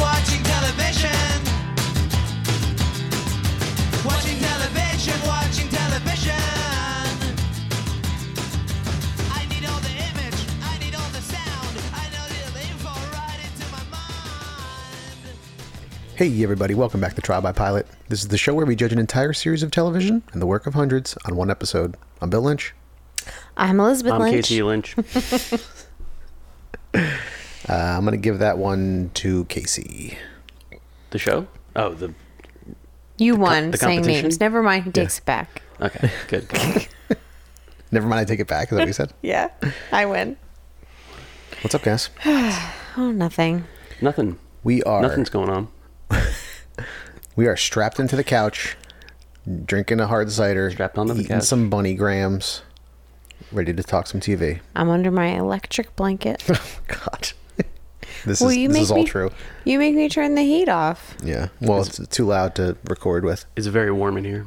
watching television. Watching television, watching television. I need all the image, I need all the sound. I know the info right into my mind. Hey, everybody, welcome back to Trial by Pilot. This is the show where we judge an entire series of television and the work of hundreds on one episode. I'm Bill Lynch. I'm Elizabeth Um, I'm Lynch. Um, Casey Lynch. Uh, I'm going to give that one to Casey. the show? Oh, the You won the saying competition? names. Never mind. He takes it back. okay, good. Never mind, I take it back. Is that what you said? Yeah, I win. What's up, guys? Oh, nothing. Nothing. We are Nothing's going on. we are strapped into the couch, drinking a hard cider, Strapped onto the eating couch. some bunny grams, ready to talk some TV. I'm under my electric blanket. God, this Will is you this make is all me- true. You make me turn the heat off. Yeah. Well, it's too loud to record with. It's very warm in here.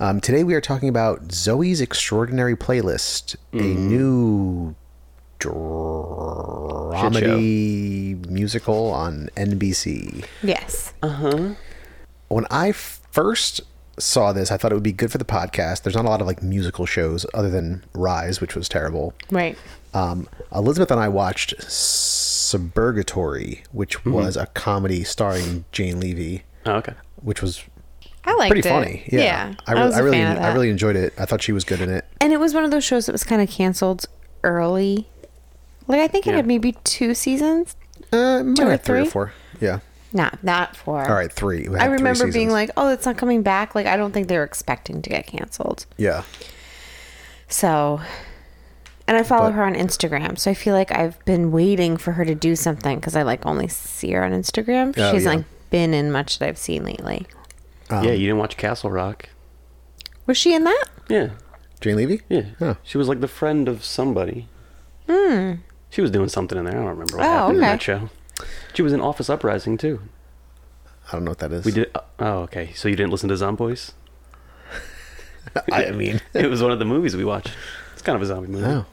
Um, today we are talking about Zoe's Extraordinary Playlist, a new dramedy musical on NBC. Yes. When I first saw this, I thought it would be good for the podcast. There's not a lot of like musical shows other than Rise, which was terrible. Right. Um, Elizabeth and I watched Suburgatory, which was a comedy starring Jane Levy, Oh, okay. which was I liked pretty it. funny. Yeah, I, I, re- was I a really, fan of that. I really enjoyed it. I thought she was good in it. And it was one of those shows that was kind of canceled early. Like I think it Yeah. had maybe two seasons. Uh, might or have three or three? four. Yeah. Not not four. All right, three. It had I three remember being seasons. like, "Oh, it's not coming back." Like I don't think they were expecting to get canceled. yeah, So, and I follow But- her on Instagram. So I feel like I've been waiting for her to do something because I like only see her on Instagram. She's Oh, yeah. like been in much that I've seen lately. Um, yeah, you didn't watch Castle Rock. Was she in that? Yeah, Jane Levy. yeah. Huh. She was like the friend of somebody. Hmm. She was doing something in there. I don't remember what Oh, happened in okay. that show. She was in Office Uprising too. I don't know what that is. We did. oh, okay. So you didn't listen to Zomboys? I mean, It was one of the movies we watched. It's kind of a zombie movie. oh,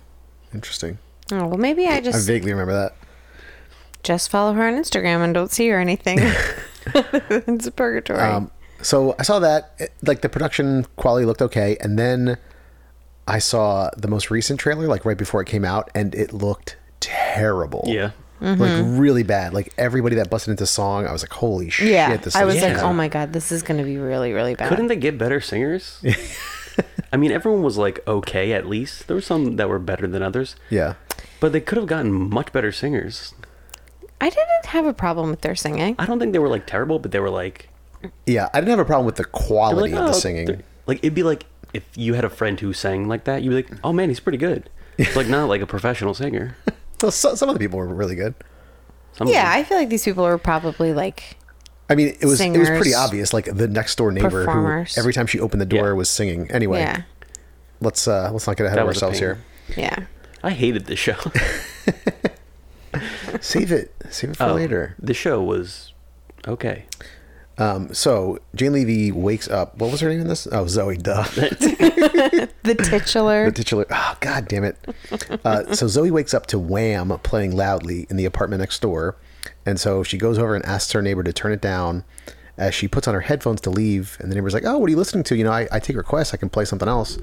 interesting. Oh well, maybe I I just vaguely remember that. just follow her on Instagram and don't see her anything. it's purgatory. Um, so I saw that. it- Like the production quality looked okay, and then I saw the most recent trailer, like right before it came out, and it looked terrible. Yeah. Mm-hmm. Like really bad. Like everybody that busted into song, I was like, "Holy shit!" yeah, this I is was like, bad. "Oh my god, this is going to be really, really bad." Couldn't they get better singers? I mean, everyone was like okay at least. There were some that were better than others. Yeah, But they could have gotten much better singers. I didn't have a problem with their singing. I don't think they were like terrible, but they were like, yeah. I didn't have a problem with the they were, quality like, of oh, the singing. they're- Like it'd be like if you had a friend who sang like that, you'd be like, oh man, he's pretty good. It's like not like a professional singer. So, so- some of the people were really good. Some of Yeah, them- I feel like these people were probably like, I mean, it was it was pretty Singers. obvious. Like the next door neighbor, who Performers. every time she opened the door Yeah. was singing. Anyway, yeah, let's uh let's not get ahead That of was a ourselves here. pain. yeah. I hated the show. Save it, save it for Oh, later. The show was okay. Um, so Jane Levy wakes up. What was her name in this? Oh, Zoe. Duh. The titular. the titular. Oh, god damn it. Uh, so Zoe wakes up to Wham playing loudly in the apartment next door, and so she goes over and asks her neighbor to turn it down. As she puts on her headphones to leave, and the neighbor's like, "Oh, what are you listening to? You know, I, I take requests. I can play something else."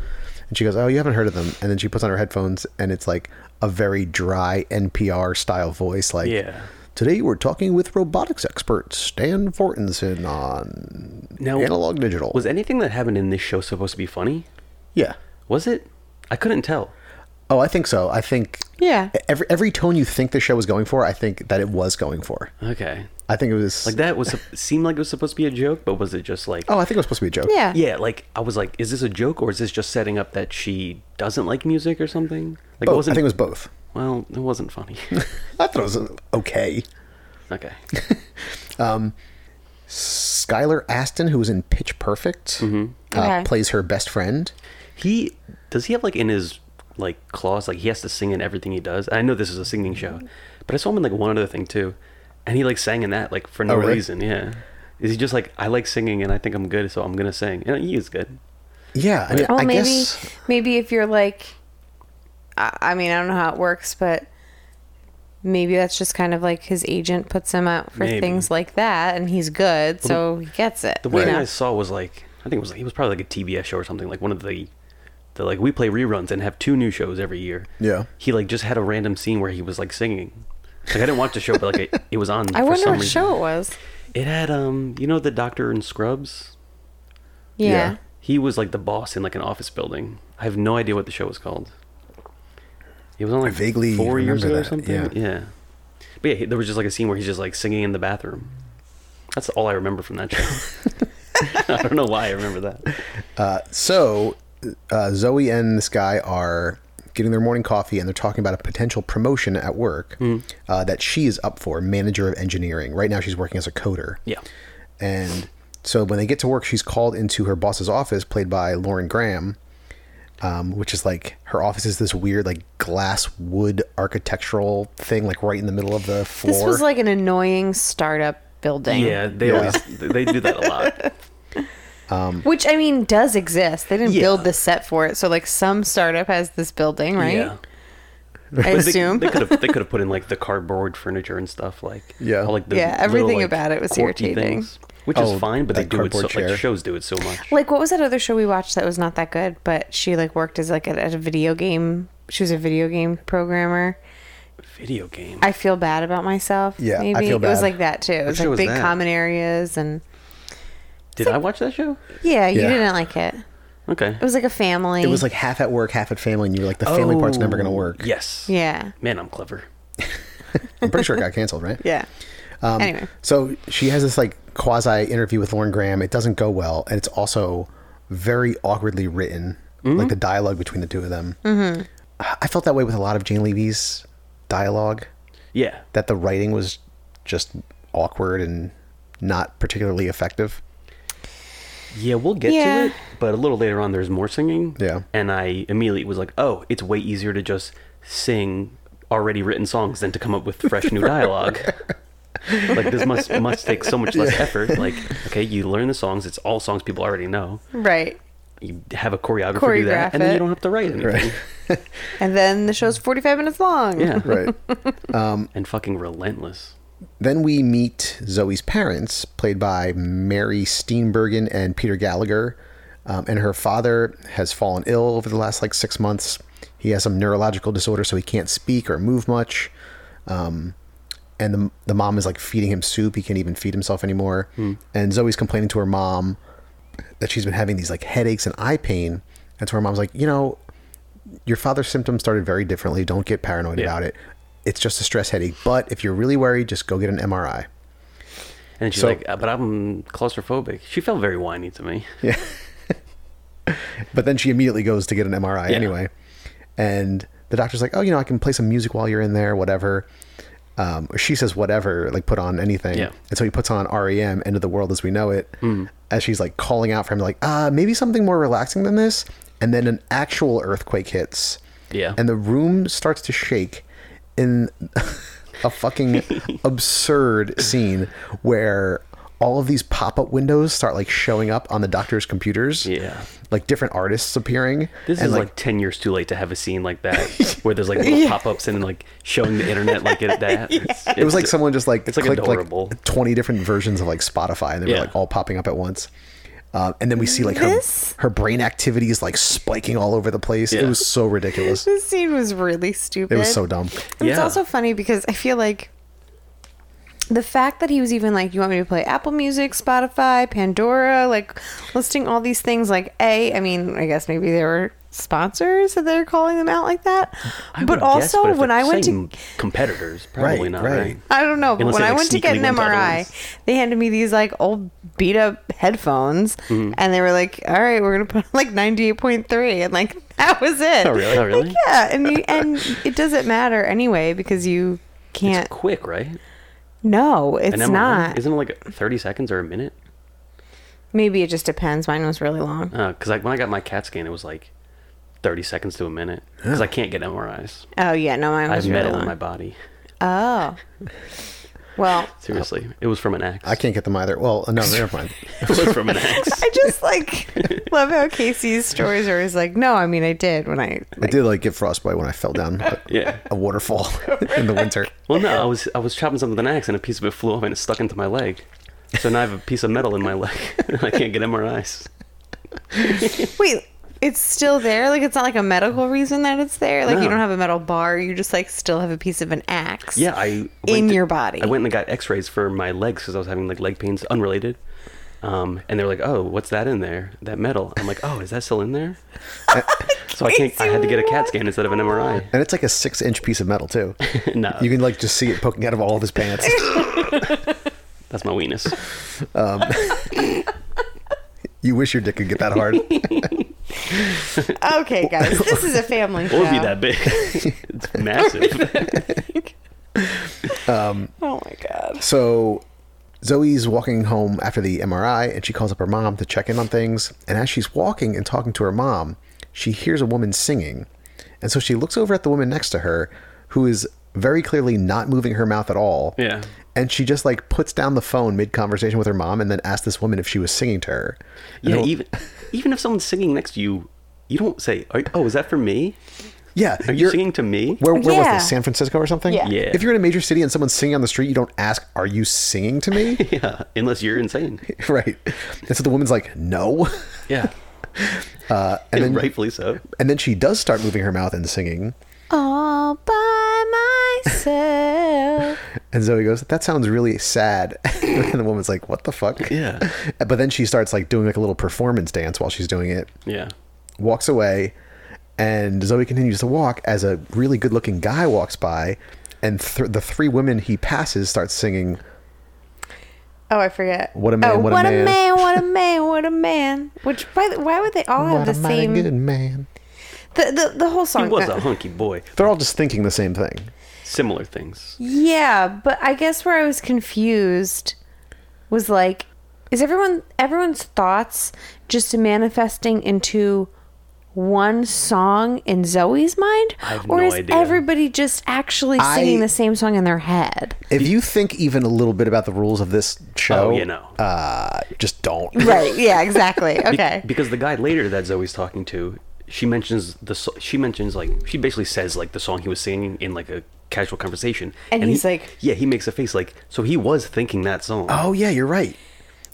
And she goes, "Oh, you haven't heard of them." And then she puts on her headphones, and it's like a very dry NPR style voice, like, Yeah. Today we're talking with robotics expert Stan Fortinson on Now, analog digital. was anything that happened in this show supposed to be funny? yeah. Was it? I couldn't tell. Oh, I think so. I think Yeah. every every tone you think the show was going for, I think that it was going for. Okay. I think it was Like that was seemed like it was supposed to be a joke, but was it just like Oh, I think it was supposed to be a joke. Yeah. Yeah, like I was like, is this a joke or is this just setting up that she doesn't like music or something? Like Both. it I wasn't. think it was both. well, it wasn't funny. I thought it was uh, okay. okay. Skylar Aston, who was in Pitch Perfect, Mm-hmm. uh, Okay. plays her best friend. He does he have like in his like claws like he has to sing in everything he does. I know this is a singing show, but I saw him in like one other thing too. and he like sang in that like for no Oh, really? reason. Yeah, is he just like I like singing and I think I'm good, so I'm gonna sing. And he is good. Yeah, I mean, Well, I Oh, maybe guess maybe if you're like, I, I mean, I don't know how it works, but maybe that's just kind of like his agent puts him out for Maybe. things like that, and he's good, so he gets it. The you one thing know? I saw was like I think it was he was probably like a TBS show or something like one of the the like we play reruns and have two new shows every year. Yeah. He like just had a random scene where he was like singing. Like I didn't watch the show, but like it, it was on. I for wonder some what reason. show it was. It had um you know the doctor in Scrubs. Yeah. Yeah. He was like the boss in like an office building. I have no idea what the show was called. It was on like vaguely four years ago remember or that, something. yeah. But yeah, he- there was just like a scene where he's just like singing in the bathroom. That's all I remember from that show. I don't know why I remember that. so. Uh, Zoe and this guy are getting their morning coffee, and they're talking about a potential promotion at work uh, that she is up for, manager of engineering. Right now, she's working as a coder. Yeah. And so when they get to work, she's called into her boss's office, played by Lauren Graham, um, which is like her office is this weird, like glass wood architectural thing, like right in the middle of the floor. This was like an annoying startup building. Yeah, they Yeah. always they do that a lot. Which I mean does exist. They didn't Yeah. build the set for it, so like some startup has this building, right? Yeah. I But they- assume. They, could have they could have put in like the cardboard furniture and stuff like Yeah. all, like the Yeah, everything little, like, about it was quirky irritating. things, which Oh, is fine, but they that do it so cardboard chair. like shows do it so much. like what was that other show we watched that was not that good, but she like worked as like at, at a video game. She was a video game programmer. Video game. I feel bad about myself. Yeah, I maybe feel it was bad. like that too. It was show like was big that? common areas and Did I watch that show? yeah, you Yeah. didn't like it. Okay. It was like a family. it was like half at work, half at family, and you were like, the family part's never Oh, going to work. Yes. yeah, Man, I'm clever. I'm pretty sure it got canceled, right? yeah. um, anyway, So she has this like quasi interview with Lauren Graham. It doesn't go well, and it's also very awkwardly written, like the dialogue between the two of them. Mm-hmm. I felt that way with a lot of Jane Levy's dialogue. Yeah. that the writing was just awkward and not particularly effective. Yeah, we'll get Yeah. to it. But a little later on, there's more singing. Yeah. And I immediately was like, oh, it's way easier to just sing already written songs than to come up with fresh new dialogue. like this must must take so much less effort. Like, okay, you learn the songs. It's all songs people already know. right. You have a choreographer do Choreograph that, and then it. you don't have to write anything. And then the show's forty five minutes long. Yeah. Right. And fucking relentless. then we meet Zoe's parents, played by Mary Steenburgen and Peter Gallagher. Um, and her father has fallen ill over the last like six months. He has some neurological disorder, so he can't speak or move much. Um, and the, the mom is like feeding him soup. He can't even feed himself anymore. And Zoe's complaining to her mom that she's been having these like headaches and eye pain. And so her mom's like, you know, your father's symptoms started very differently. Don't get paranoid Yeah. about it. It's just a stress headache. But if you're really worried, just go get an MRI. And she's So- like, uh, but I'm claustrophobic. She felt very whiny to me. But then she immediately goes to get an MRI Yeah. anyway. And the doctor's like, oh, you know, I can play some music while you're in there, whatever. Um, or she says, whatever, like put on anything. Yeah. Hmm. And so he puts on REM, End of the World as We Know It, as she's like calling out for him, like, ah, maybe something more relaxing than this. And then an actual earthquake hits. Yeah. And the room starts to shake in a fucking absurd scene where all of these pop up windows start like showing up on the doctor's computers Yeah. like different artists appearing. This and is like, 10 years too late to have a scene like that where there's like little pop ups and like showing the internet like it, that. It's- it was like it's- someone just like it's like clicked adorable. like twenty different versions of like Spotify, and they Yeah. were like all popping up at once. Um, and then we see like her This- her brain activity is like spiking all over the place. It Yeah. was so ridiculous. This scene was really stupid. It was so dumb. And It's Yeah. also funny because I feel like the fact that he was even like, "You want me to play Apple Music, Spotify, Pandora?" Like listing all these things. Like, a, I mean, I guess maybe they were sponsors that they're calling them out like that. I but would guess, also, if when they're I went to, saying competitors, probably Right, not. right. Right. I don't know, but Unless when they, I like, went to get an sneakily went to other MRI, ones. they handed me these like old beat up headphones, Mm-hmm. and they were like, "All right, we're gonna put on, like ninety eight point three, and like that was it. Oh, really? Oh, really? Like, yeah, and you, and it doesn't matter anyway because you can't. It's quick, right? No, it's An MRI? not. Isn't it like 30 seconds or a minute? Maybe it just depends. Mine was really long. Because Uh, like when I got my CAT scan, it was like 30 seconds to a minute. Because I can't get MRIs. Oh yeah, no, mine I was have really metal long. in my body. Oh, Well, Seriously, it was from an axe. I can't get them either. Well, no, never mind. it was from an axe. I just like love how Casey's stories are always like, no, I mean, I did when I. I did like get frostbite when I fell down a, Yeah. a waterfall in the winter. Well, no, I was I was chopping something with an axe, and a piece of it flew off and it stuck into my leg. So now I have a piece of metal in my leg, and I can't get MRIs. Wait, it's still there? Like, it's not like a medical reason that it's there? Like, you No. don't have a metal bar. You just, like, still have a piece of an axe. Yeah, I went In to- your body. I went and got X-rays for my legs because I was having like leg pains, unrelated. Um, and they were like, "Oh, what's that in there? That metal?" I'm like, "Oh, is that still in there?" so I can't. I had to get a CAT scan instead of an MRI. And it's like a six inch piece of metal, too. no, You can like just see it poking out of all of his pants. that's my weenus. You wish your dick could get that hard. Okay, guys, this is a family show. It would be that big. it's massive. Oh, my God. So Zoe's walking home after the MRI and she calls up her mom to check in on things. And as she's walking and talking to her mom, she hears a woman singing. And so she looks over at the woman next to her, who is very clearly not moving her mouth at all. Yeah. And she just like puts down the phone mid conversation with her mom and then asks this woman if she was singing to her. And Yeah, e- the- even even if someone's singing next to you, you don't say, "Are- "Oh, is that for me? yeah. Are you you're- singing to me?" Where, where Yeah. was this? San Francisco or something? Yeah. Yeah. If you're in a major city and someone's singing on the street, you don't ask, Are you singing to me? yeah, unless you're insane. right. And so the woman's like, No. Yeah, And then, rightfully so. and then she does start moving her mouth and singing. All by myself. And Zoe goes, That sounds really sad. and the woman's like, What the fuck? Yeah. But then she starts like doing like a little performance dance while she's doing it, Yeah. walks away, and Zoe continues to walk as a really good looking guy walks by, and th- the three women he passes start singing. Oh, I forget. What a man, Oh, what a man. What a man! What a man! Which why, why would they all have What the a mighty same? good The, man. the the whole He song. Uh, was a hunky boy. They're all just thinking the same thing. Similar things. yeah, but I guess where I was confused was like, is everyone everyone's thoughts just manifesting into one song in Zoe's mind, have or no is idea. everybody just actually I- singing the same song in their head? If you think even a little bit about the rules of this show, Oh, you know. uh, just don't. Right. Yeah. Exactly. Be- Okay. because the guy later that Zoe's talking to, she mentions the so- she mentions like she basically says like the song he was singing in like a casual conversation, And he's he- like- yeah, he makes a face like so he was thinking that song. Oh yeah, you're right.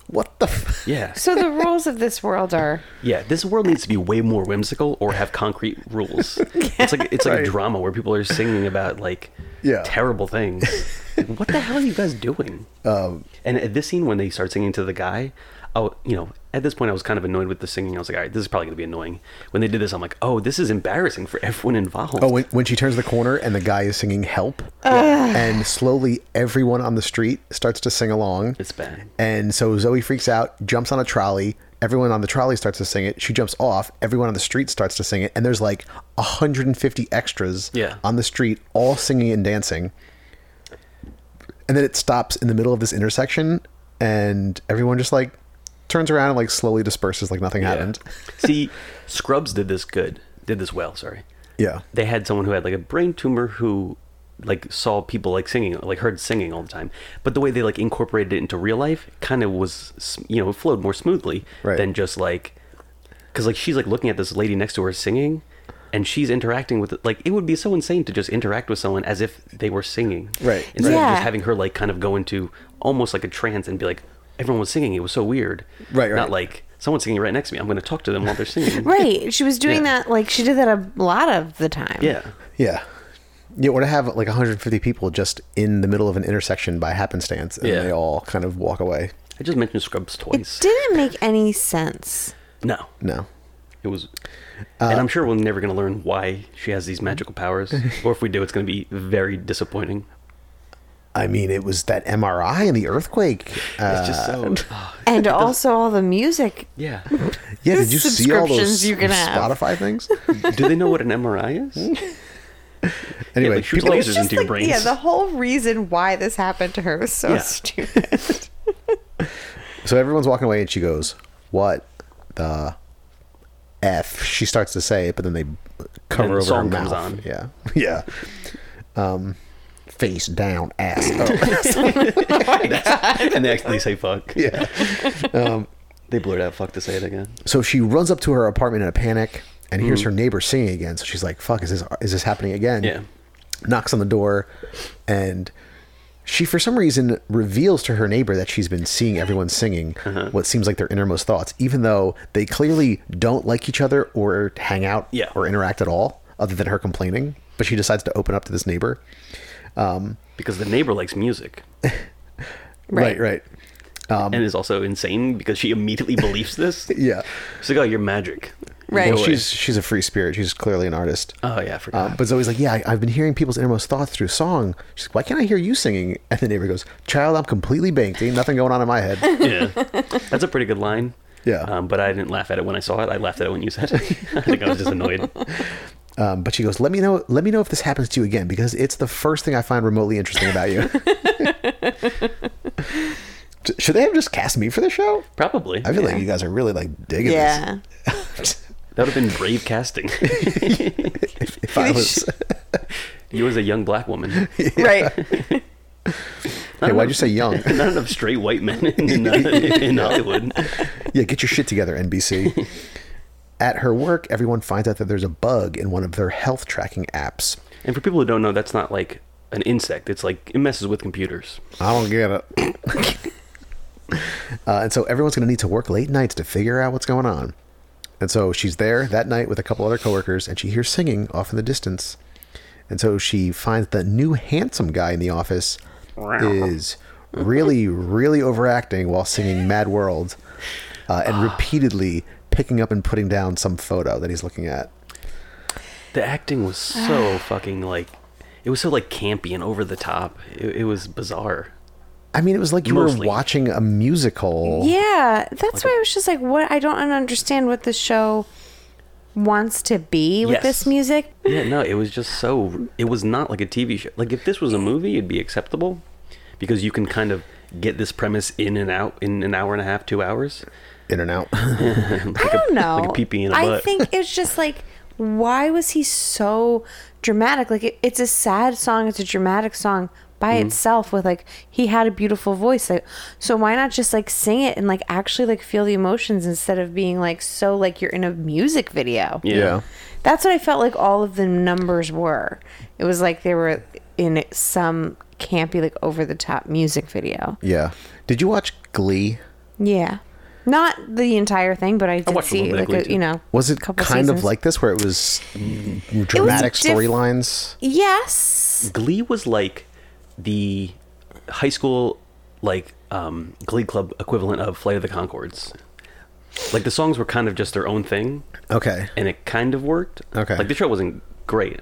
What the? F- Yeah, so the rules of this world are. yeah. This world needs to be way more whimsical or have concrete rules. It's like it's like Right. a drama where people are singing about like Yeah. terrible things. Like, what the hell are you guys doing? um, And at this scene, when they start singing to the guy, oh, you know, at this point, I was kind of annoyed with the singing. I was like, all right, this is probably going to be annoying. When they did this, I'm like, oh, this is embarrassing for everyone involved. oh, when, when she turns the corner and the guy is singing "Help," and slowly everyone on the street starts to sing along. it's bad. And so Zoe freaks out, jumps on a trolley. Everyone on the trolley starts to sing it. She jumps off. Everyone on the street starts to sing it. And there's like 150 extras Yeah. on the street, all singing and dancing. And then it stops in the middle of this intersection, and everyone just like turns around and like slowly disperses, like nothing happened. See, Scrubs did this good, did this well, sorry. Yeah. They had someone who had like a brain tumor who like saw people like singing, like heard singing all the time. But the way they like incorporated it into real life kind of was, s- you know, it flowed more smoothly Right. than just like, because like she's like looking at this lady next to her singing and she's interacting with like it would be so insane to just interact with someone as if they were singing Right. instead of Yeah. just having her like kind of go into almost like a trance and be like everyone was singing it was so weird Right, right. not like someone's singing right next to me i'm going to talk to them while they're singing Right. She was doing Yeah. that like she did that a lot of the time. yeah Yeah. You want to have like 150 people just in the middle of an intersection by happenstance, and Yeah. they all kind of walk away. i just mentioned scrubs twice Didn't make any sense. no Uh, No. it was and i'm sure we're never going to learn why she has these magical powers or if we do it's going to be very disappointing I mean, it was that MRI and the earthquake. Uh, it's just so oh, And also all the music. yeah yeah, did you see all subscriptions those you can have. Spotify things? do they know what an mri is Anyway, like, shoot people, lasers. Just into your brains. yeah, the whole reason why this happened to her was so Yeah. stupid. so everyone's walking away, and she goes, "What the f?" She starts to say it, but then they cover And the over her song mouth. comes on. Yeah, yeah. Um, face down, ass up. and they actually say fuck. Um, yeah. They blurt out fuck to say it again. So she runs up to her apartment in a panic and hears her neighbor singing again. So she's like, "Fuck, is this is this happening again?" Mm. Yeah. Knocks on the door, and she, for some reason, reveals to her neighbor that she's been seeing everyone singing Uh-huh. what seems like their innermost thoughts, even though they clearly don't like each other or hang out Yeah. or interact at all, other than her complaining. But she decides to open up to this neighbor. Because the neighbor likes music Right. right. and is also insane because she immediately believes this. Yeah. She's like, oh, you're magic. Right. Well, she's she's a free spirit. She's clearly an artist. Oh, yeah, I forgot. Um, but Zoe's like, yeah, I, I've been hearing people's innermost thoughts through song. She's like, why can't I hear you singing? And the neighbor goes, child, I'm completely banked. Ain't nothing going on in my head. yeah. That's a pretty good line. Yeah. Um, but I didn't laugh at it when I saw it. I laughed at it when you said it. I think I was just annoyed. Um, but she goes, let me know. Let me know if this happens to you again because it's the first thing I find remotely interesting about you. Should they have just cast me for the show? Probably. I feel like you guys are really like digging Yeah. this. That would have been brave casting. if I was, you as a young black woman. Right. hey, why'd you say young? Not enough straight white men in, in, uh, in Hollywood. Yeah, get your shit together, NBC. At her work, everyone finds out that there's a bug in one of their health tracking apps. And for people who don't know, that's not like an insect. It's like it messes with computers. I don't get it. uh, and so everyone's going to need to work late nights to figure out what's going on. And so she's there that night with a couple other coworkers, and she hears singing off in the distance. And so she finds the new handsome guy in the office is really, really overacting while singing "Mad World," uh, and repeatedly picking up and putting down some photo that he's looking at. The acting was so fucking like it was so like campy and over the top. It, it was bizarre. I mean, it was like you Mostly. were watching a musical. Yeah. That's why I was just like, what? I don't understand what the show wants to be with Yes. this music. Yeah, no, it was just so. It was not like a TV show. Like if this was a movie, it'd be acceptable because you can kind of get this premise in and out in an hour and a half, two hours. In and out. Like I don't know. Like a pee pee in a I butt. think it's just like, why was he so dramatic? Like, it, it's a sad song. It's a dramatic song by Mm-hmm. itself. With like, he had a beautiful voice. Like, so why not just like sing it and like actually like feel the emotions instead of being like so like you're in a music video. Yeah. That's what I felt like all of the numbers were. It was like they were in some campy like over the top music video. yeah. Did you watch Glee? Yeah. Not the entire thing, but I did watched a little see bit like of Glee, a, too. you know Was it couple kind seasons. of like this, where it was dramatic diff- storylines? Yes. Glee was like the high school like um, Glee club equivalent of Flight of the Concords. Like the songs were kind of just their own thing, Okay. and it kind of worked. Okay. Like the show wasn't great.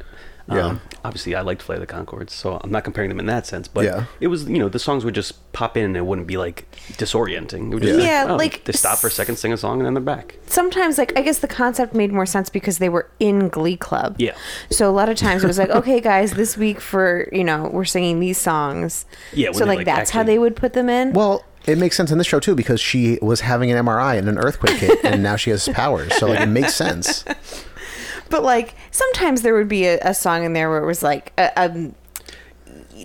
Yeah. Um, obviously, I liked Flight of the Concords, so I'm not comparing them in that sense. But Yeah. it was, you know, the songs would just pop in and it wouldn't be like disorienting. It would just Yeah. Yeah, like, oh, like, they stop for a second, sing a song, and then they're back. Sometimes like I guess the concept made more sense because they were in Glee Club. Yeah. So a lot of times it was like, okay guys, this week for, you know, we're singing these songs. Yeah, when So they, like, like, that's how actually- they would put them in. Well, it makes sense in this show too because she was having an MRI and an earthquake hit, and now she has powers. So like, it makes sense. But like sometimes there would be a, a song in there where it was like uh, um,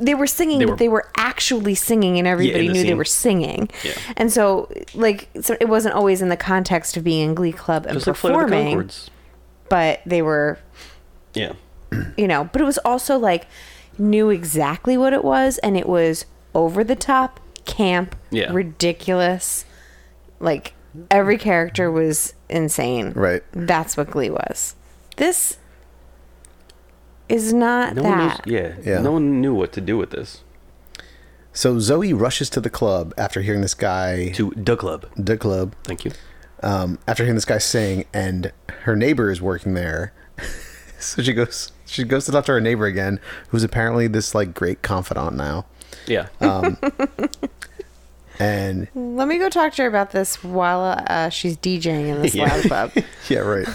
they were singing, They were- but they were actually singing, and everybody the knew they scene. were singing. Yeah. And so like so it wasn't always in the context of being in Glee Club and Just like Flight of the performing, Concords. but they were Yeah. you know. But it was also like knew exactly what it was, and it was over the top, camp, Yeah. ridiculous. Like every character was insane. Right. That's what Glee was. This is not No one knows, that. yeah. Yeah. No one knew what to do with this. So Zoe rushes to the club after hearing this guy. To the club. The club. Thank you. um, after hearing this guy sing, and her neighbor is working there. so she goes, she goes to talk to her neighbor again, who's apparently this like great confidant now. Yeah. Um, And Let me go talk to her about this while uh, she's DJing in this Yeah. loud club. yeah, right.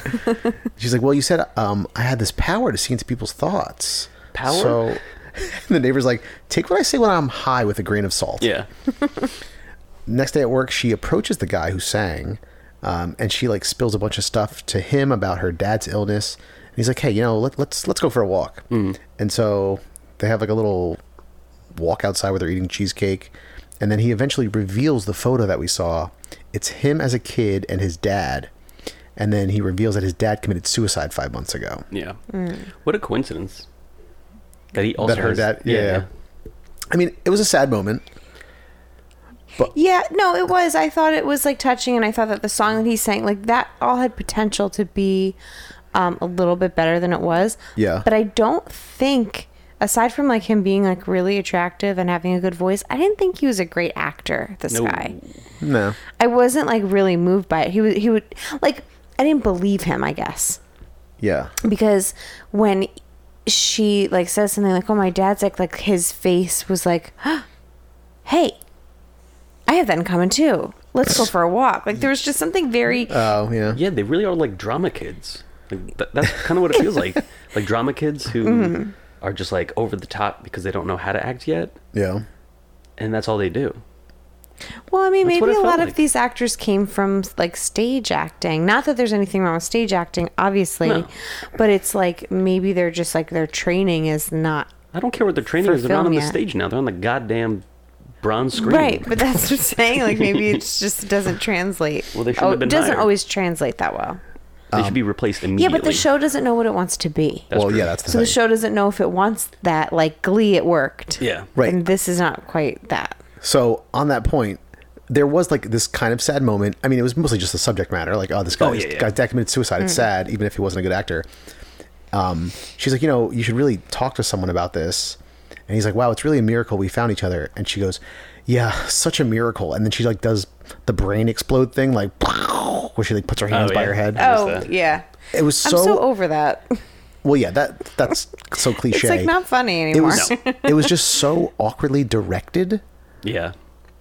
She's like, well, you said um, I had this power to see into people's thoughts. Power? So the neighbor's like, take what I say when I'm high with a grain of salt. yeah. next day at work, she approaches the guy who sang, um, and she like spills a bunch of stuff to him about her dad's Mm. illness. And he's like, "Hey, you know, let, let's let's go for a walk." And so they have like a little walk outside with her eating cheesecake. And then he eventually reveals the photo that we saw. It's him as a kid and his dad. And then he reveals that his dad committed suicide five months ago. Yeah. Mm. What a coincidence. That he also that her has- dad, yeah. I mean, it was a sad moment. Yeah, no, it was. I thought it was like touching, and I thought that the song that he sang, like that, all had potential to be um, a little bit better than it was. Yeah. But I don't think, aside from like him being like really attractive and having a good voice, I didn't think he was a great actor. This No. guy, No. I wasn't like really moved by it. He was, he would like, I didn't believe him. I guess Yeah. because when she like says something like oh my dad's like like his face was like hey i have that in common too let's go for a walk like there was just something very Oh, yeah. Yeah, they really are like drama kids. Like, th- that's kind of what it feels like. Like drama kids who Mm-hmm. are just like over the top because they don't know how to act yet, Yeah. and that's all they do. well i mean That's what maybe it a felt lot like. of these actors came from like stage acting not that there's anything wrong with stage acting obviously No. but it's like maybe they're just like their training is not I don't care what their training For is. They're not film on the yet. stage now. They're on the goddamn bronze screen. right but that's what i'm saying like maybe it just doesn't translate Well, they shouldn't oh, have been it doesn't hired. always translate that well They should be replaced yeah immediately. but the show doesn't know what it wants to be That's well, true. yeah, that's the So thing. the show doesn't know if it wants that, like Glee, it worked. Yeah. Right. And this is not quite that. So on that point, there was like this kind of sad moment. I mean, it was mostly just the subject matter, like, oh, this guy, Oh, yeah, this yeah. guy's dad committed suicide. Mm. It's sad, even if he wasn't a good actor. Um, she's like, you know, you should really talk to someone about this. And he's like, wow, it's really a miracle we found each other. And she goes, yeah, such a miracle. And then she like does the brain explode thing, like where she like puts her hands by yeah. her head. Oh, that? yeah. It was I'm so, so, over that. well, yeah. That that's so cliche. It's like not funny it anymore. was it was just so awkwardly directed. Yeah.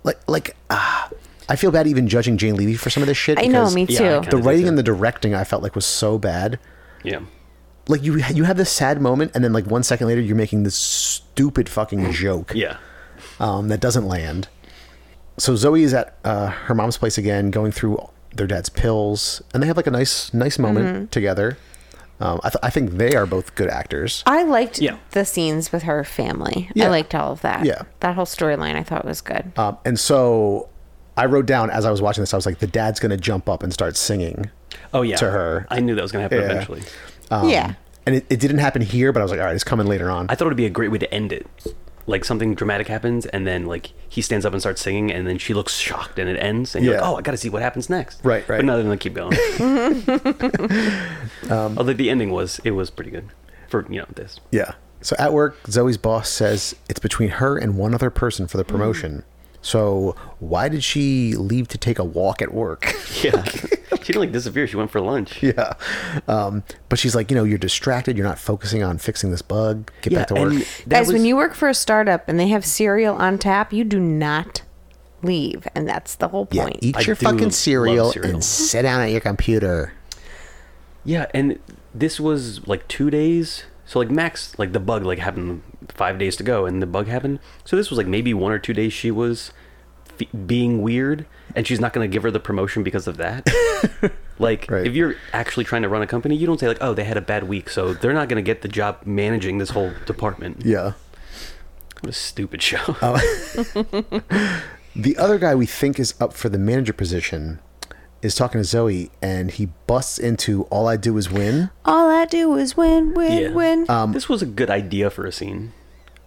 like like ah, I feel bad even judging Jane Levy for some of this shit. I know, because me yeah, too. I The kinda- writing and the directing I felt like was so bad. Yeah. Like you you have this sad moment and then like one second later you're making this stupid fucking joke Yeah. um, that doesn't land. So Zoe is at uh, her mom's place again, going through their dad's pills, and they have like a nice nice moment Mm-hmm. together. Um, I, th- I think they are both good actors. I liked Yeah. the scenes with her family. Yeah. I liked all of that. Yeah. That whole storyline I thought was good. Um, and so I wrote down as I was watching this, I was like, the dad's gonna jump up and start singing. Oh yeah. To her. I knew that was gonna happen Yeah. Um, eventually. yeah. And it, it didn't happen here, but I was like, all right, it's coming later on. I thought it'd be a great way to end it. Like something dramatic happens, and then like he stands up and starts singing, and then she looks shocked, and it ends, and you're Yeah. like, "Oh, I got to see what happens next." Right, right. But no, then they keep going. Um, Although the ending was, it was pretty good for you know this. Yeah. So at work, Zoe's boss says it's between her and one other person for the promotion. Mm. So why did she leave to take a walk at work? Yeah, she didn't like disappear. She went for lunch. Yeah, Um, but she's like, you know, you're distracted. You're not focusing on fixing this bug. Get back to work. and that Guys, when was- you work for a startup and they have cereal on tap, you do not leave. And that's the whole yeah, e point. eat I your do fucking love cereal, cereal. and sit down at your computer. yeah, and this was like two days. So like max, like the bug like happened five days to go, and the bug happened. So this was like maybe one or two days she was f- being weird, and she's not gonna give her the promotion because of that. like Right. if you're actually trying to run a company, you don't say like, oh, they had a bad week, so they're not gonna get the job managing this whole department. Yeah. Uh, What a stupid show. The other guy we think is up for the manager position is talking to Zoe, and he busts into "All I Do Is Win." All I do is win, win, Yeah. win. Uh, um, this was a good idea for a scene.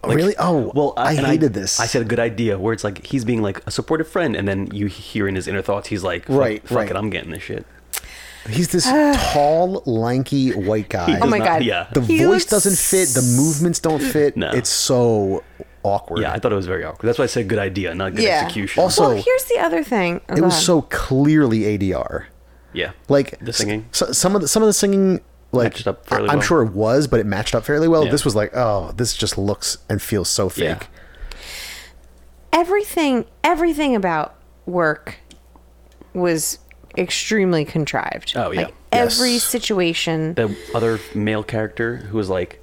really? Oh, well, I, and hated this. I said a good idea where it's like he's being like a supportive friend, and then you hear in his inner thoughts he's like, fuck, Right, fuck right. it, I'm getting this shit." he's this tall, lanky white guy. He does Oh my God. Yeah, The He voice looks doesn't fit. The movements don't fit. No. It's so awkward. yeah. I thought it was very awkward. That's why I said good idea, not good Yeah. execution. Also- well, here's the other thing. Oh, it go was ahead. so clearly ADR. yeah, Like The singing? s- s- some of the some of the singing, like Matched up fairly I- I'm well. sure it was, but it matched up fairly well. Yeah. This was like, oh, this just looks and feels so fake. Yeah. everything everything about work was extremely contrived. Oh, yeah. Like, every Yes. situation. the other male character who was like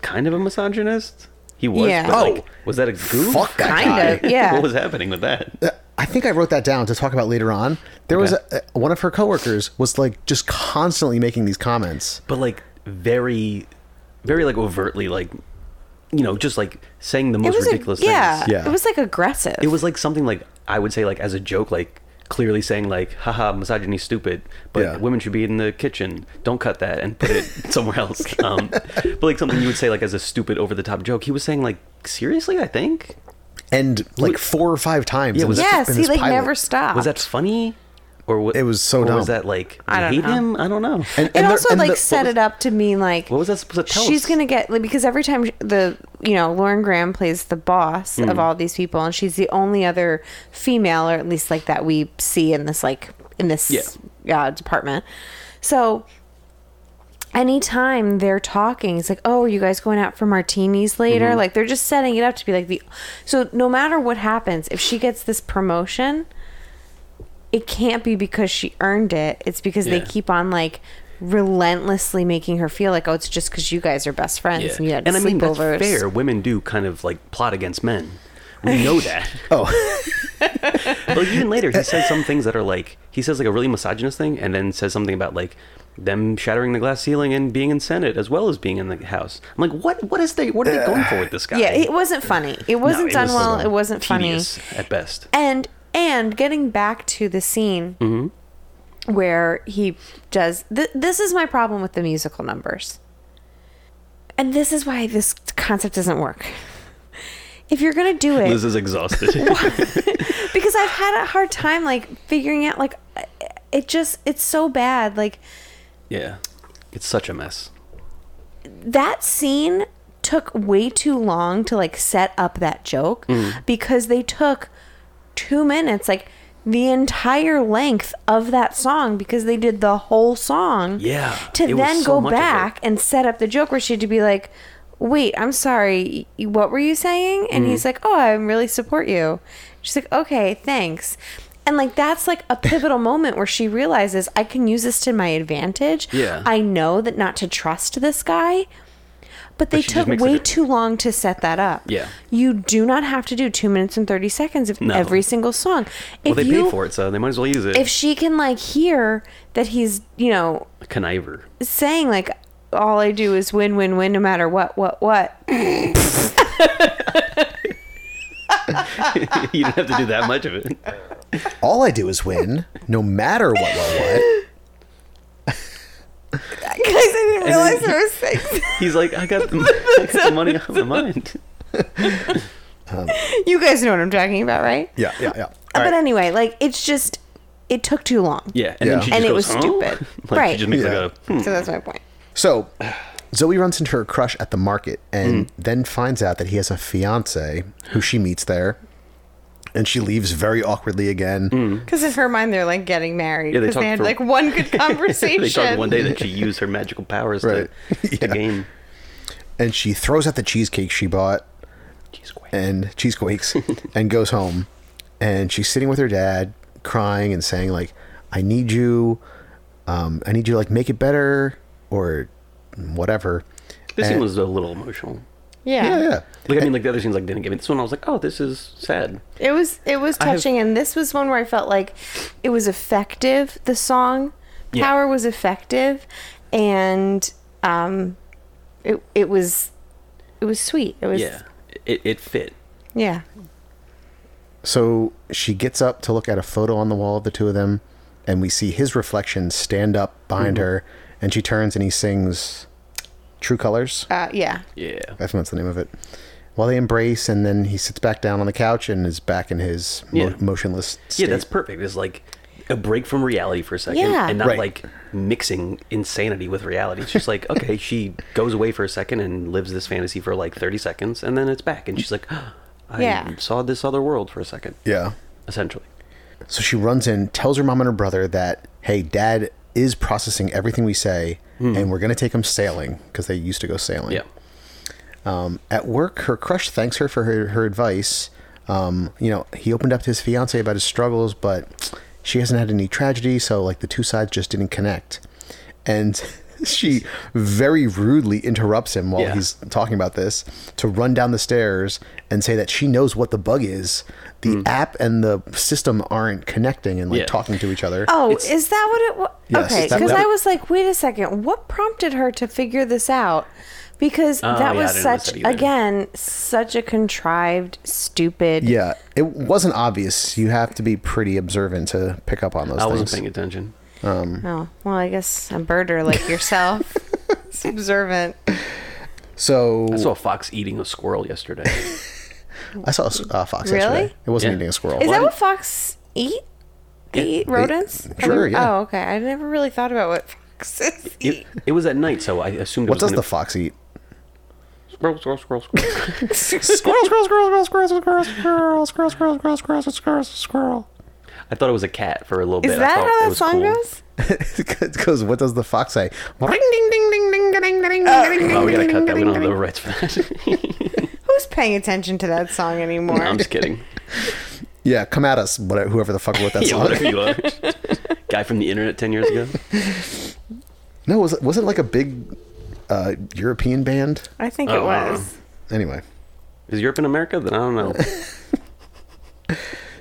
kind of a misogynist. He was. Yeah. But, Oh. like, was that a goof? Fuck that Kinda, guy. Uh, yeah. what was happening with that? I think I wrote that down to talk about later on. There was Okay. a, a- one of her coworkers was like just constantly making these comments. But like very, very like overtly like you know, just like saying the It most was ridiculous a, yeah, Yeah. It was like aggressive. It was like something like I would say like as a joke, like clearly saying like, haha, misogyny stupid, but Yeah. women should be in the kitchen. Don't cut that and put it somewhere else. Um, but like something you would say like as a stupid over the top joke. He was saying like, seriously, I think? and like four or five times. Yeah, it was was- a clip yes. in He this like pilot. never stopped. Was that funny? Or what, It was so or dumb. was that like Ah. I I don't hate know. him? I don't know. And, it and there- also and like the- set it up to mean like what was that supposed to tell she's us? gonna get like, because every time sh- the you know Lauren Graham plays the boss Hmm. of all these people, and she's the only other female, or at least like that we see in this like in this uh, department. So anytime they're talking, it's like, oh, are you guys going out for martinis later? Mm-hmm. Like they're just setting it up to be like the. So no matter what happens, if she gets this promotion, it can't be because she earned it. It's because they Yeah. keep on like relentlessly making her feel like, oh, it's just because you guys are best friends and you had And I mean, that's sleepovers. fair. Women do kind of like plot against men. We know that. Oh, but even later, he says some things that are like he says like a really misogynist thing, and then says something about like them shattering the glass ceiling and being in Senate as well as being in the House. I'm like, what? What is they? What are they going for with this guy? Yeah, it wasn't funny. It No, wasn't it done was um, well. It wasn't funny. tedious at best. and and getting back to the scene where he does th- this is my problem with the musical numbers and this is why this concept doesn't work if you're gonna do it Liz is exhausted. because I've had a hard time like figuring out like it just it's so bad like yeah, it's such a mess. that scene took way too long to like set up that joke Mm. because they took 2 minutes like the entire length of that song because they did the whole song Yeah, it to was then so go much of it. back and set up the joke where she'd be like wait i'm sorry y- what were you saying and Mm-hmm. he's like oh i really support you she's like okay thanks and like that's like a pivotal moment where she realizes i can use this to my advantage Yeah. i know that not to trust this guy but they she just took makes a way diff- too long to set that up Yeah. you do not have to do two minutes and 30 seconds of No. every single song if Well, they you paid for it, so they might as well use it. if she can like hear that he's you know A conniver. saying like all I do is win, win, win, no matter what, what, what. you don't have to do that much of it. all I do is win, no matter what. what, what. Guys, I didn't realize there was six. He's like, I got the, I got the money on my mind. You guys know what I'm talking about, right? Uh, Yeah, yeah, yeah. All but right. anyway, like it's just it took too long. Yeah, and Yeah. then she just And it goes, was "Huh?" stupid. Like, Right. She just makes Yeah. like a. "Hmm." So that's my point. So Zoe runs into her crush at the market and then finds out that he has a fiance who she meets there. And she leaves very awkwardly again. Because in her mind, they're like getting married. Yeah, they Because talked they had for- like one good They conversation. talked one day that she used her magical powers Right. to, to Yeah. game. And she throws out the cheesecake she bought Jeez, Gwen. and cheesequakes and goes home. And she's sitting with her dad, crying and saying, like, I need you. Um, I need you to like make it better or whatever. This scene And- was a little emotional. yeah. Yeah, yeah. Like I mean, like the other scenes like didn't give me this one. I was like, oh, this is sad. It was it was I have- touching, and this was one where I felt like it was effective. The song Yeah. power was effective, and um, it it was it was sweet. It was Yeah, it, it fit. yeah. So she gets up to look at a photo on the wall of the two of them, and we see his reflection stand up behind Mm-hmm. her, and she turns and he sings True Colors. Uh, yeah. Yeah, I think that's the name of it. While they embrace, and then he sits back down on the couch and is back in his mo- Yeah. motionless state. yeah, that's perfect. It's like a break from reality for a second, Yeah. and not Right. like mixing insanity with reality. It's just like okay, she goes away for a second and lives this fantasy for like thirty seconds, and then it's back, and she's like, "Ah, I Yeah. saw this other world for a second, Yeah. essentially. So she runs in, tells her mom and her brother that, hey, dad is processing everything we say, and we're going to take him sailing because they used to go sailing. Yeah, Um, At work, her crush thanks her for her, her advice. Um, you know, he opened up to his fiance about his struggles, but she hasn't had any tragedy, so like the two sides just didn't connect. And she very rudely interrupts him while Yeah. he's talking about this to run down the stairs and say that she knows what the bug is. The app and the system aren't connecting and like Mm. Yeah. talking to each other. Oh, is that what it was? Yes, okay, that- because that- I was like, wait a second, what prompted her to figure this out? because Oh, that yeah, was I didn't notice such that either. again such a contrived, stupid. Yeah, it wasn't obvious. You have to be pretty observant to pick up on those I things. wasn't paying attention. Oh well, I guess a birder like yourself, is observant. So I saw a fox eating a squirrel yesterday. I saw a s- uh, fox Really? yesterday. It wasn't Yeah. eating a squirrel. Is that What? what fox eat? They eat rodents. I sure, mean- yeah. Oh, okay. I never really thought about what foxes eat. It, it was at night, so I assumed. What it was does gonna- the fox eat? squirrel, squirrel, squirrel, squirrel? Squirrel, squirrel, squirrel, squirrel, squirrel, squirrel, squirrel, squirrel, squirrel, squirrel, squirrel, squirrel. I thought it was a cat for a little bit. Is I that thought it how that was song cool. goes? Because what does the fox say? Ring, ding, ding, ding, ding, ding, ding, ding, ding, ding, Oh, we gotta ding, cut that. We ding, don't have ding, the rights for that. Who's paying attention to that song anymore? I'm just kidding. ding. Yeah, come at us, whatever, whoever the fuck wrote that Yeah, song. whatever you are. Guy from the internet ten years ago. No, was it, was it like a big uh, European band? I think Oh, it I don't was. Anyway, Is Europe in America? Then I don't know.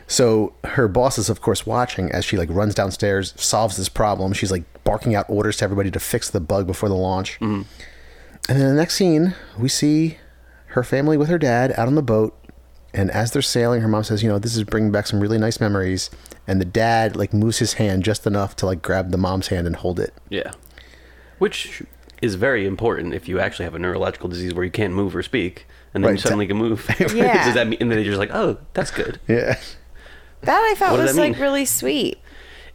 so her boss is of course watching as she like runs downstairs, solves this problem. She's like barking out orders to everybody to fix the bug before the launch. And then the next scene, we see her family with her dad out on the boat. And as they're sailing, her mom says, "You know, this is bringing back some really nice memories." And the dad like moves his hand just enough to like grab the mom's hand and hold it. Yeah, which is very important if you actually have a neurological disease where you can't move or speak, and then Right. you suddenly can move. Yeah. Does that mean? And then you're just like, oh, that's good. Yeah. That I thought What does was that like mean? really sweet.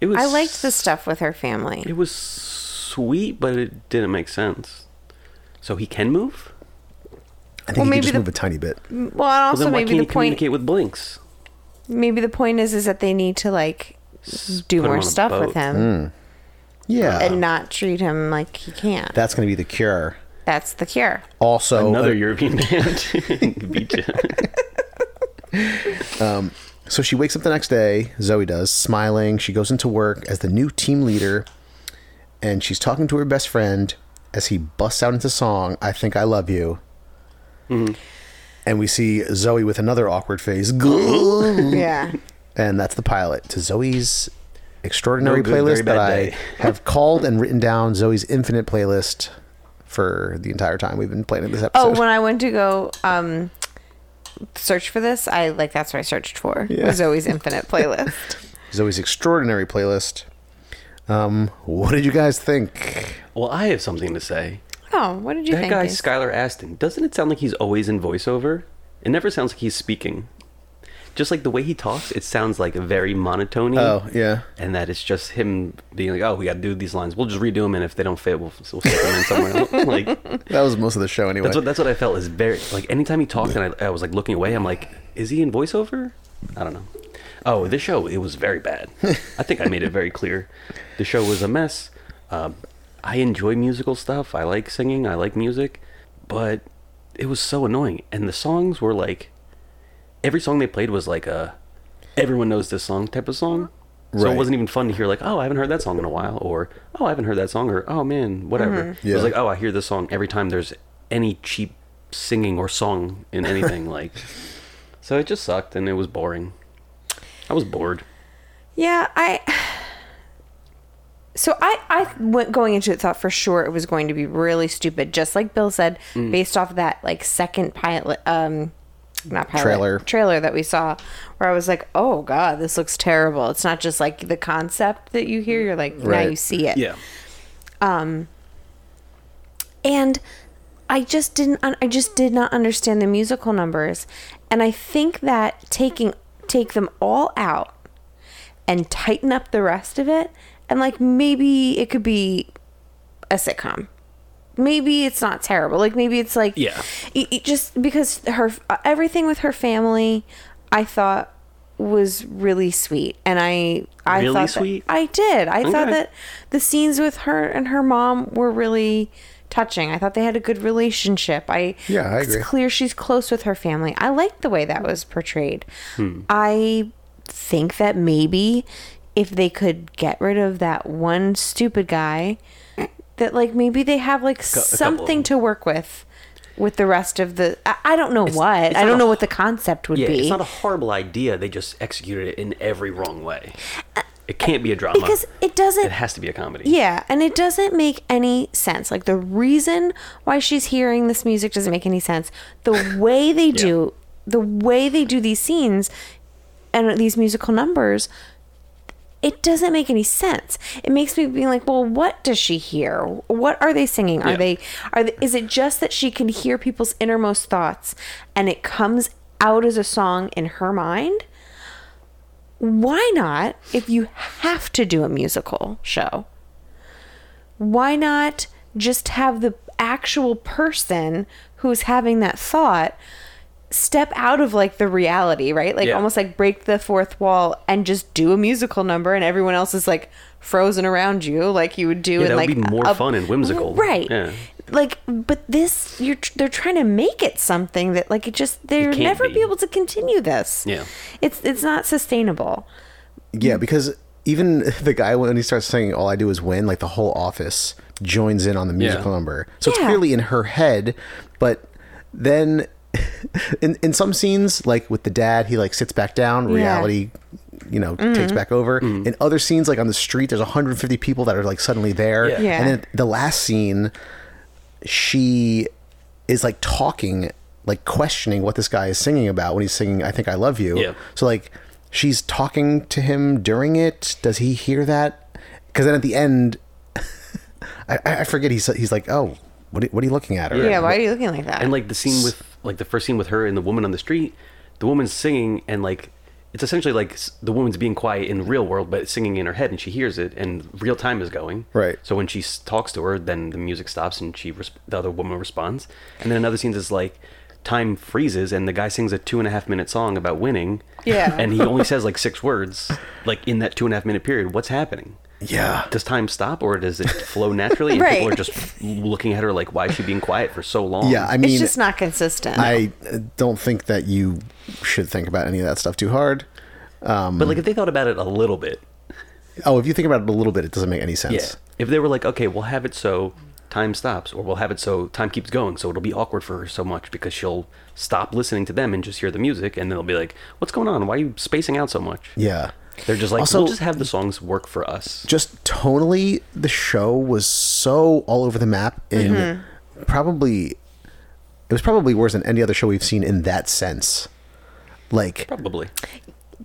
It was. I liked the stuff with her family. It was sweet, but it didn't make sense. So he can move. I think Well, he maybe could just the- move a tiny bit. Well, and Well, also then why maybe can't the he point communicate with blinks? maybe the point is is that they need to like do put him more on a stuff with boat. him Yeah. and not treat him like he can't. That's going to be the cure. That's the cure. Also, Another European band. Beat you. So she wakes up the next day, Zoe does, smiling. She goes into work as the new team leader, and she's talking to her best friend as he busts out into song, I Think I Love You. Mm-hmm. And we see Zoe with another awkward face. and Yeah. that's the pilot to Zoe's extraordinary No good, very playlist that bad I day. have called and written down Zoe's infinite playlist for the entire time we've been playing this Oh, episode. when I went to go um search for this, I like that's what I searched for. Yeah. Was always infinite playlist. Zoe's extraordinary playlist. Um, what did you guys think? well, I have something to say. oh, what did you That think? guy, Ace? Skylar Aston, doesn't it sound like he's always in voiceover? It never sounds like he's speaking. Just like the way he talks, it sounds like very monotony. Oh, yeah. And that it's just him being like, oh, we got to do these lines. We'll just redo them, and if they don't fit, we'll, we'll stick them in somewhere else. Like, That was most of the show anyway. that's what, that's what I felt is very, like, anytime he talked and I, I was like looking away, I'm like, is he in voiceover? I don't know. Oh, this show, it was very bad. I think I made it very clear. The show was a mess. Um, I enjoy musical stuff. I like singing. I like music. But it was so annoying. And the songs were like, every song they played was like a everyone knows this song type of song. So Right. it wasn't even fun to hear like, oh, I haven't heard that song in a while, or oh, I haven't heard that song, or oh man, whatever. Mm-hmm. It Yeah. was like, oh, I hear this song every time there's any cheap singing or song in anything. like, so it just sucked and it was boring. I was bored. Yeah, I. So I, I went going into it thought for sure it was going to be really stupid, just like Bill said, Mm. based off of that like second pilot, um, not pilot Trailer. trailer that we saw, where I was like, oh god, this looks terrible. It's not just like the concept that you hear; you're like now Right. you see it. Yeah. Um, and I just didn't un- I just did not understand the musical numbers and I think that taking take them all out and tighten up the rest of it and like maybe it could be a sitcom maybe it's not terrible like maybe it's like Yeah. it, it just because her everything with her family I thought was really sweet and I I Really thought that- sweet? I did I thought Okay. that the scenes with her and her mom were really touching. I thought they had a good relationship. I Yeah, I agree. It's clear she's close with her family. I liked the way that was portrayed. Hmm. I think that maybe if they could get rid of that one stupid guy, that like maybe they have like of something them. to work with. With the rest of the, I, I don't know what. it's I not don't a- know what the concept would Yeah. be. It's not a horrible idea. They just executed it in every wrong way. It can't be a drama Uh, because it doesn't It has to be a comedy. Yeah, and it doesn't make any sense. Like the reason why she's hearing this music doesn't make any sense. The way they do the way they do these scenes and these musical numbers it doesn't make any sense. It makes me be like, well, what does she hear? What are they singing? Are Yeah. they are th is it just that she can hear people's innermost thoughts and it comes out as a song in her mind? Why not if you have to do a musical show? Why not just have the actual person who's having that thought step out of like the reality, right? Like Yeah. almost like break the fourth wall and just do a musical number and everyone else is like frozen around you like you would do Yeah, in that like would be more a- fun and whimsical. Right. Yeah. Like but this you're tr- they're trying to make it something that like it just they're can't never be. be able to continue this. Yeah. It's it's not sustainable. Yeah, because even the guy when he starts saying "All I do is win," like the whole office joins in on the musical number. So it's Yeah. clearly in her head, but then in in some scenes, like with the dad, he like sits back down, reality, you know, takes back over. Mm-hmm. In other scenes, like on the street, there's 150 people that are like suddenly there, Yeah. Yeah. and then the last scene, she is like talking. Like questioning what this guy is singing about when he's singing "I Think I Love You." Yeah. So like she's talking to him during it. Does he hear that? Because then at the end, I, I forget. He's he's like, oh, what are, what are you looking at? Or, Yeah, why are you looking like that? And like the scene with like the first scene with her and the woman on the street, the woman's singing and like it's essentially like s- the woman's being quiet in the real world but it's singing in her head and she hears it and real time is going. Right. So when she s- talks to her, then the music stops and she resp- the other woman responds. And then another scene is like time freezes and the guy sings a two and a half minute song about winning. Yeah. And he only says like six words, like in that two and a half minute period. What's happening? yeah. does time stop or does it flow naturally and people Right. are just looking at her like why is she being quiet for so long Yeah, I mean, it's just not consistent. I don't think that you should think about any of that stuff too hard. but like if they thought about it a little bit Oh, if you think about it a little bit, it doesn't make any sense. yeah if they were like okay we'll have it so time stops or we'll have it so time keeps going so it'll be awkward for her so much because she'll stop listening to them and just hear the music and they'll be like what's going on why are you spacing out so much Yeah. they're just like Also- we'll just have the songs work for us Just tonally, the show was so all over the map in Mm-hmm. probably. It was probably worse than any other show we've seen in that sense. Like probably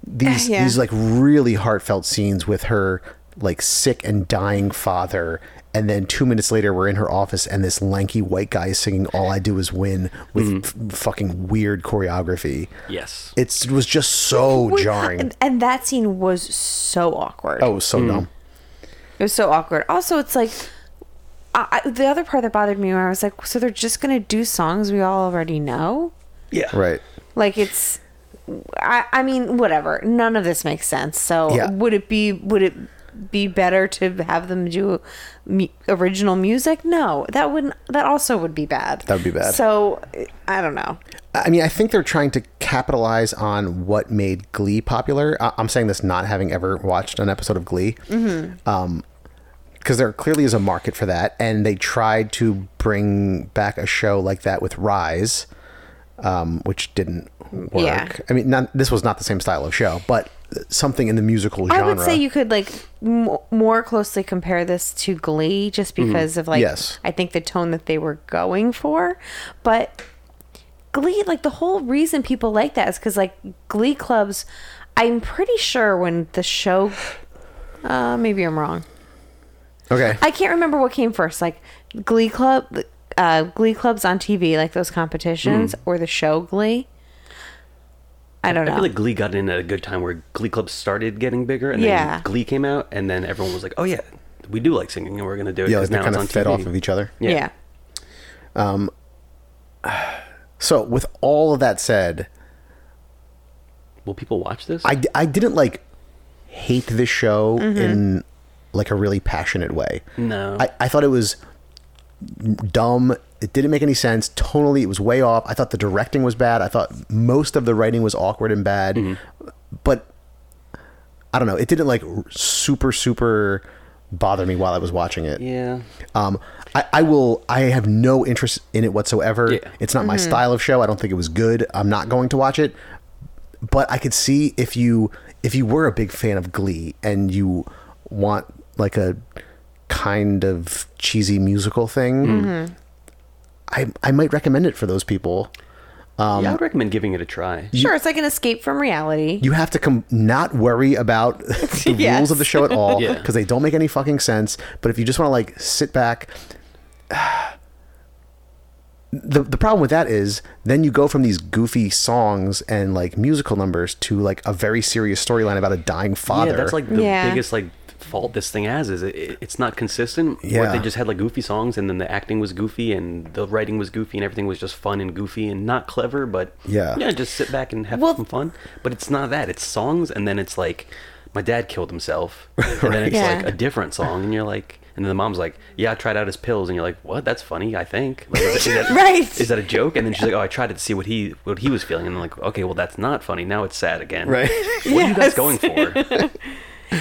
these eh, Yeah. these like really heartfelt scenes with her like sick and dying father and then two minutes later we're in her office and this lanky white guy is singing all i do is win with Mm-hmm. f- fucking weird choreography yes it's, it was just so Wait, jarring And, Mm. and that scene was so awkward. oh it was so dumb It was so awkward. Also, it's like I, I- the other part that bothered me where I was like, so they're just gonna do songs we all already know? yeah right Like it's, I, I mean, whatever. None of this makes sense. So Yeah. would it be would it be better to have them do mu- original music? No, that wouldn't. That also would be bad. That would be bad. So I don't know. I mean, I think they're trying to capitalize on what made Glee popular. I- I'm saying this not having ever watched an episode of Glee, because Mm-hmm. there clearly is a market for that, and they tried to bring back a show like that with Rise, um, which didn't work. Yeah. I mean, not, this was not the same style of show, but something in the musical genre. I would say you could like m- more closely compare this to Glee, just Mm-hmm. because of like Yes. I think the tone that they were going for. But Glee, like the whole reason people like that is because like Glee clubs, I'm pretty sure when the show, uh, maybe I'm wrong. okay, I can't remember what came first, like Glee club, uh, Glee clubs on TV, like those competitions, or the show Glee. I don't Mm. I know. feel like Glee got in at a good time where Glee Club started getting bigger, and Yeah. then Glee came out, and then everyone was like, "Oh yeah, we do like singing, and we're gonna do it." yeah, 'cause like they now it's kind on of fed TV." off of each other. yeah. yeah. So, with all of that said, Will people watch this? I, I didn't like hate this show in like a really passionate way. No. I, I thought it was dumb. It didn't make any sense. Tonally, it was way off. I thought the directing was bad. I thought most of the writing was awkward and bad. But I don't know. It didn't like r- super, super bother me while I was watching it. yeah. Um, I, I will. I have no interest in it whatsoever. Yeah. It's not my style of show. I don't think it was good. I'm not going to watch it. But I could see if you if you were a big fan of Glee and you want like a kind of cheesy musical thing, I I might recommend it for those people. Um, yeah, I would recommend giving it a try. Sure, it's like an escape from reality. You have to com- not worry about the Yes. rules of the show at all because Yeah. they don't make any fucking sense. But if you just want to like sit back, the the problem with that is then you go from these goofy songs and like musical numbers to like a very serious storyline about a dying father. Yeah, that's like the Yeah. biggest like fault this thing has is it, it- it's not consistent. Yeah. Or they just had like goofy songs and then the acting was goofy and the writing was goofy and everything was just fun and goofy and not clever, but Yeah. yeah, just sit back and have Well- some fun. But it's not that. It's songs and then it's like my dad killed himself, and then it's Right. like Yeah. a different song, and you're like. And then the mom's like, "Yeah, I tried out his pills," and you're like, "What? That's funny. I think." Like, is that- is that- Right. Is that a joke? And then she's like, "Oh, I tried it to see what he what he was feeling," and I'm like, "Okay, well, that's not funny. Now it's sad again." Right. What are you Yes. guys going for?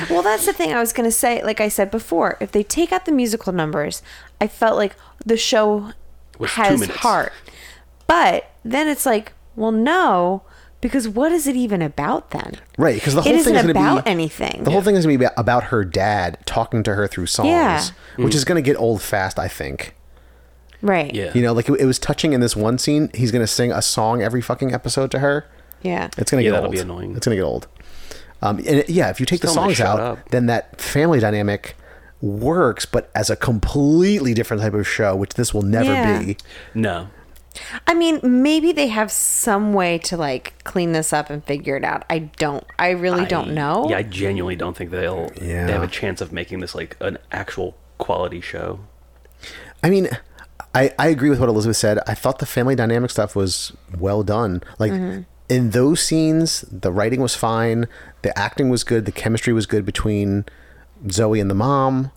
Well, that's the thing I was going to say. Like I said before, if they take out the musical numbers, I felt like the show Was two has minutes. heart. But then it's like, well, no, because what is it even about then? Right, because the it whole isn't thing is going to be about anything. The whole thing is going to be about- about her dad talking to her through songs, Yeah. which is going to get old fast, I think. right. Yeah. You know, like it, it was touching in this one scene. He's going to sing a song every fucking episode to her. Yeah. It's going to Yeah, get that'll old. be annoying. It's going to get old. Um, and it- yeah, if you take Just the tell 'em to songs shut out, up. then that family dynamic works, but as a completely different type of show, which this will never Yeah. be. No. I mean, maybe they have some way to like clean this up and figure it out. I don't. I really don't know. Yeah, I genuinely don't think they'll Yeah. they have a chance of making this like an actual quality show. I mean, I, I agree with what Elizabeth said. I thought the family dynamic stuff was well done. Like in those scenes, the writing was fine, the acting was good, the chemistry was good between Zoe and the mom.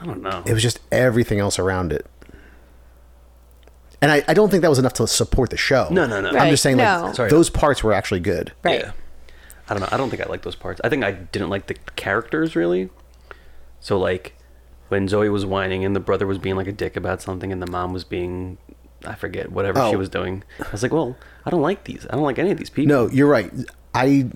I don't know. It was just everything else around it. And I, I don't think that was enough to support the show. No, no, no. I'm just saying, Right, like, no. those parts were actually good. right. Yeah. I don't know. I don't think I like those parts. I think I didn't like the characters really. So like when Zoe was whining and the brother was being like a dick about something and the mom was being I forget whatever she Oh. was doing. I was like, "Well, I don't like these. I don't like any of these people." No, you're right. I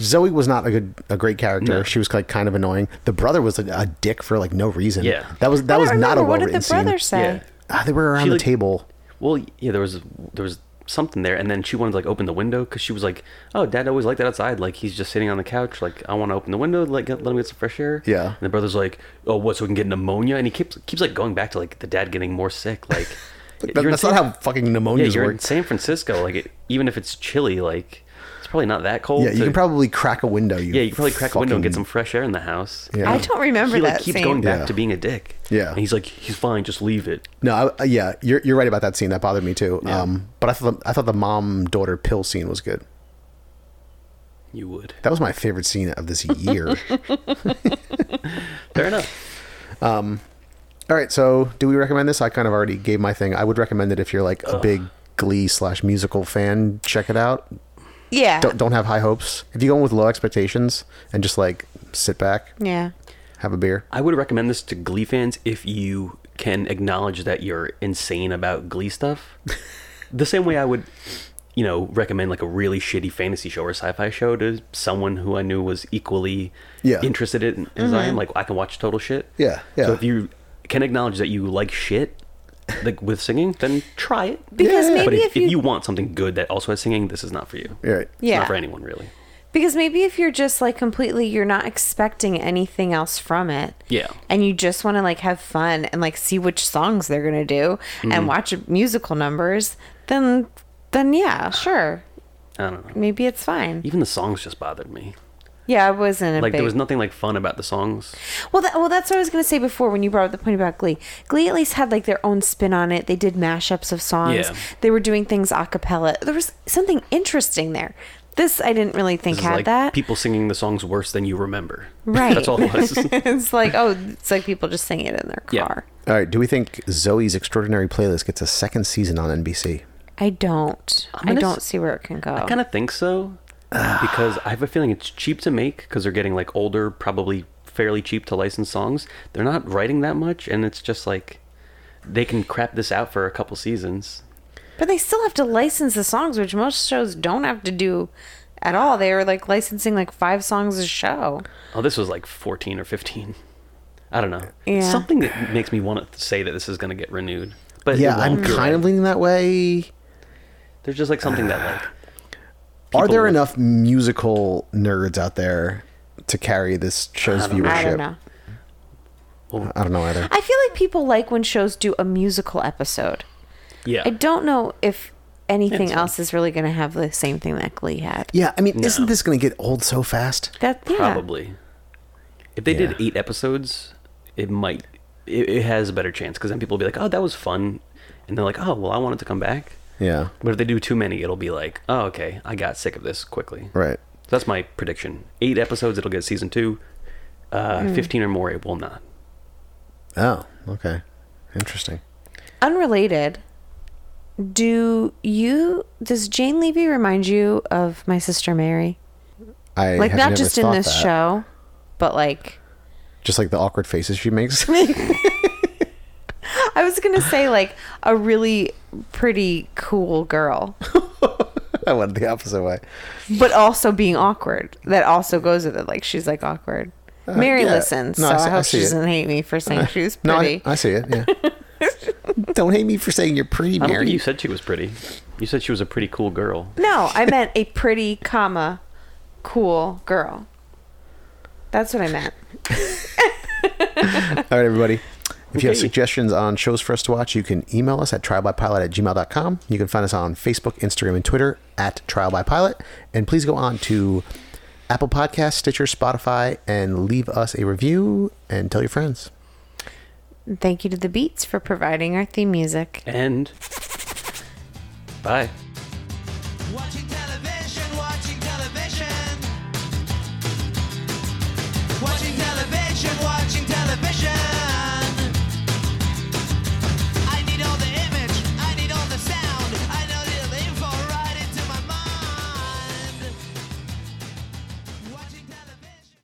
Zoe was not a good, a great character. No. She was like kind of annoying. The brother was like, a dick for like no reason. Yeah. that was that I was don't not a remember. well What did written the scene. brother say? Yeah. Ah, they were around She, the like- table. Well, yeah, there was there was something there, and then she wanted to like open the window because she was like, "Oh, Dad always liked that outside. Like he's just sitting on the couch. Like I want to open the window. Like let let him get some fresh air." Yeah. And the brother's like, "Oh, what? So we can get pneumonia?" And he keeps keeps like going back to like the dad getting more sick. Like That- you're in that's not San- how fucking yeah pneumonias you're in work. San Francisco. Like it, even if it's chilly, like it's probably not that cold. Yeah, you to- can probably crack a window. You yeah you can probably crack a window and get some fucking- fresh air in the house. Yeah. I don't remember He like that keeps scene. going back Yeah. to being a dick. Yeah. And he's like, "He's fine. Just leave it." No, I, yeah, you're you're right about that scene. That bothered me too. Um, but I thought I thought the mom daughter pill scene was good. You would. That was my favorite scene of this year. Fair enough. All right, so do we recommend this? I kind of already gave my thing. I would recommend it if you're like a big Glee slash musical fan. Check it out. Yeah. Don't don't have high hopes. If you go in with low expectations and just like sit back, yeah. have a beer. I would recommend this to Glee fans if you can acknowledge that you're insane about Glee stuff. the same way I would, you know, recommend like a really shitty fantasy show or sci-fi show to someone who I knew was equally Yeah. Mm-hmm. interested in as I am. Like I can watch total shit. Yeah, yeah. So if you can acknowledge that you like shit, like with singing, then try it. Because Yeah. maybe but if, if, you, want something good that also has singing, this is not for you. You're right. It's Yeah. not for anyone really. because maybe if you're just like completely you're not expecting anything else from it. Yeah. And you just want to like have fun and like see which songs they're going to do Mm-hmm. and watch musical numbers, then then yeah, sure. I don't know. Maybe it's fine. Even the songs just bothered me. Yeah, I wasn't a Like big there was nothing like fun about the songs. Well, that, well, that's what I was going to say before when you brought up the point about Glee. Glee at least had like their own spin on it. They did mashups of songs. Yeah. They were doing things a cappella. There was something interesting there. This I didn't really think It's had like that. people singing the songs worse than you remember. Right. That's all it was. it's like oh, it's like people just sing it in their Yeah. car. All right. Do we think Zoe's Extraordinary Playlist gets a second season on NBC? I don't. I gonna don't s- see where it can go. I kind of think so Ah. because I have a feeling it's cheap to make because they're getting like older, probably fairly cheap to license songs. They're not writing that much, and it's just like they can crap this out for a couple seasons. but they still have to license the songs, which most shows don't have to do at all. They were like licensing like five songs a show. Oh, this was like 14 or 15. I don't know. Yeah. Something that makes me want to say that this is going to get renewed. But Yeah, I'm kind of leaning that way. There's just like something that like. Are people there will- enough musical nerds out there to carry this show's viewership? I don't know. I don't know either. I feel like people like when shows do a musical episode. Yeah. I don't know if anything That's fine. else is really going to have the same thing that Glee had. Yeah, I mean, isn't No. this going to get old so fast? That yeah. Probably. If they Yeah. did eight episodes, it might. It, it has a better chance because then people will be like, "Oh, that was fun," and they're like, "Oh, well, I want it to come back." Yeah, But if they do too many, it'll be like, "Oh, okay, I got sick of this quickly." right. So that's my prediction. Eight episodes, it'll get season two. Uh, Hmm. Fifteen or more, it will not. Oh, okay, interesting. Unrelated. Do you does Jane Levy remind you of my sister Mary? I Like have not never just in thought this that. show, but like just like the awkward faces she makes. I was gonna say like a really pretty cool girl, I went the opposite way. but also being awkward. That also goes with it. Like she's like awkward. Mary Uh, yeah. listens, No, I so I, see- I hope see she it. Uh, doesn't hate me for saying she was No, pretty. I, I see it. Yeah. don't hate me for saying you're pretty, I don't think Mary. you said she was pretty. You said she was a pretty cool girl. No, I meant a pretty, comma, cool girl. That's what I meant. All right, everybody. If you have Okay. suggestions on shows for us to watch, you can email us at trialbypilot at gmail.com. You can find us on Facebook, Instagram, and Twitter at Trial by Pilot. And please go on to Apple Podcasts, Stitcher, Spotify, and leave us a review and tell your friends. And thank you to the Beats for providing our theme music. And bye. Watching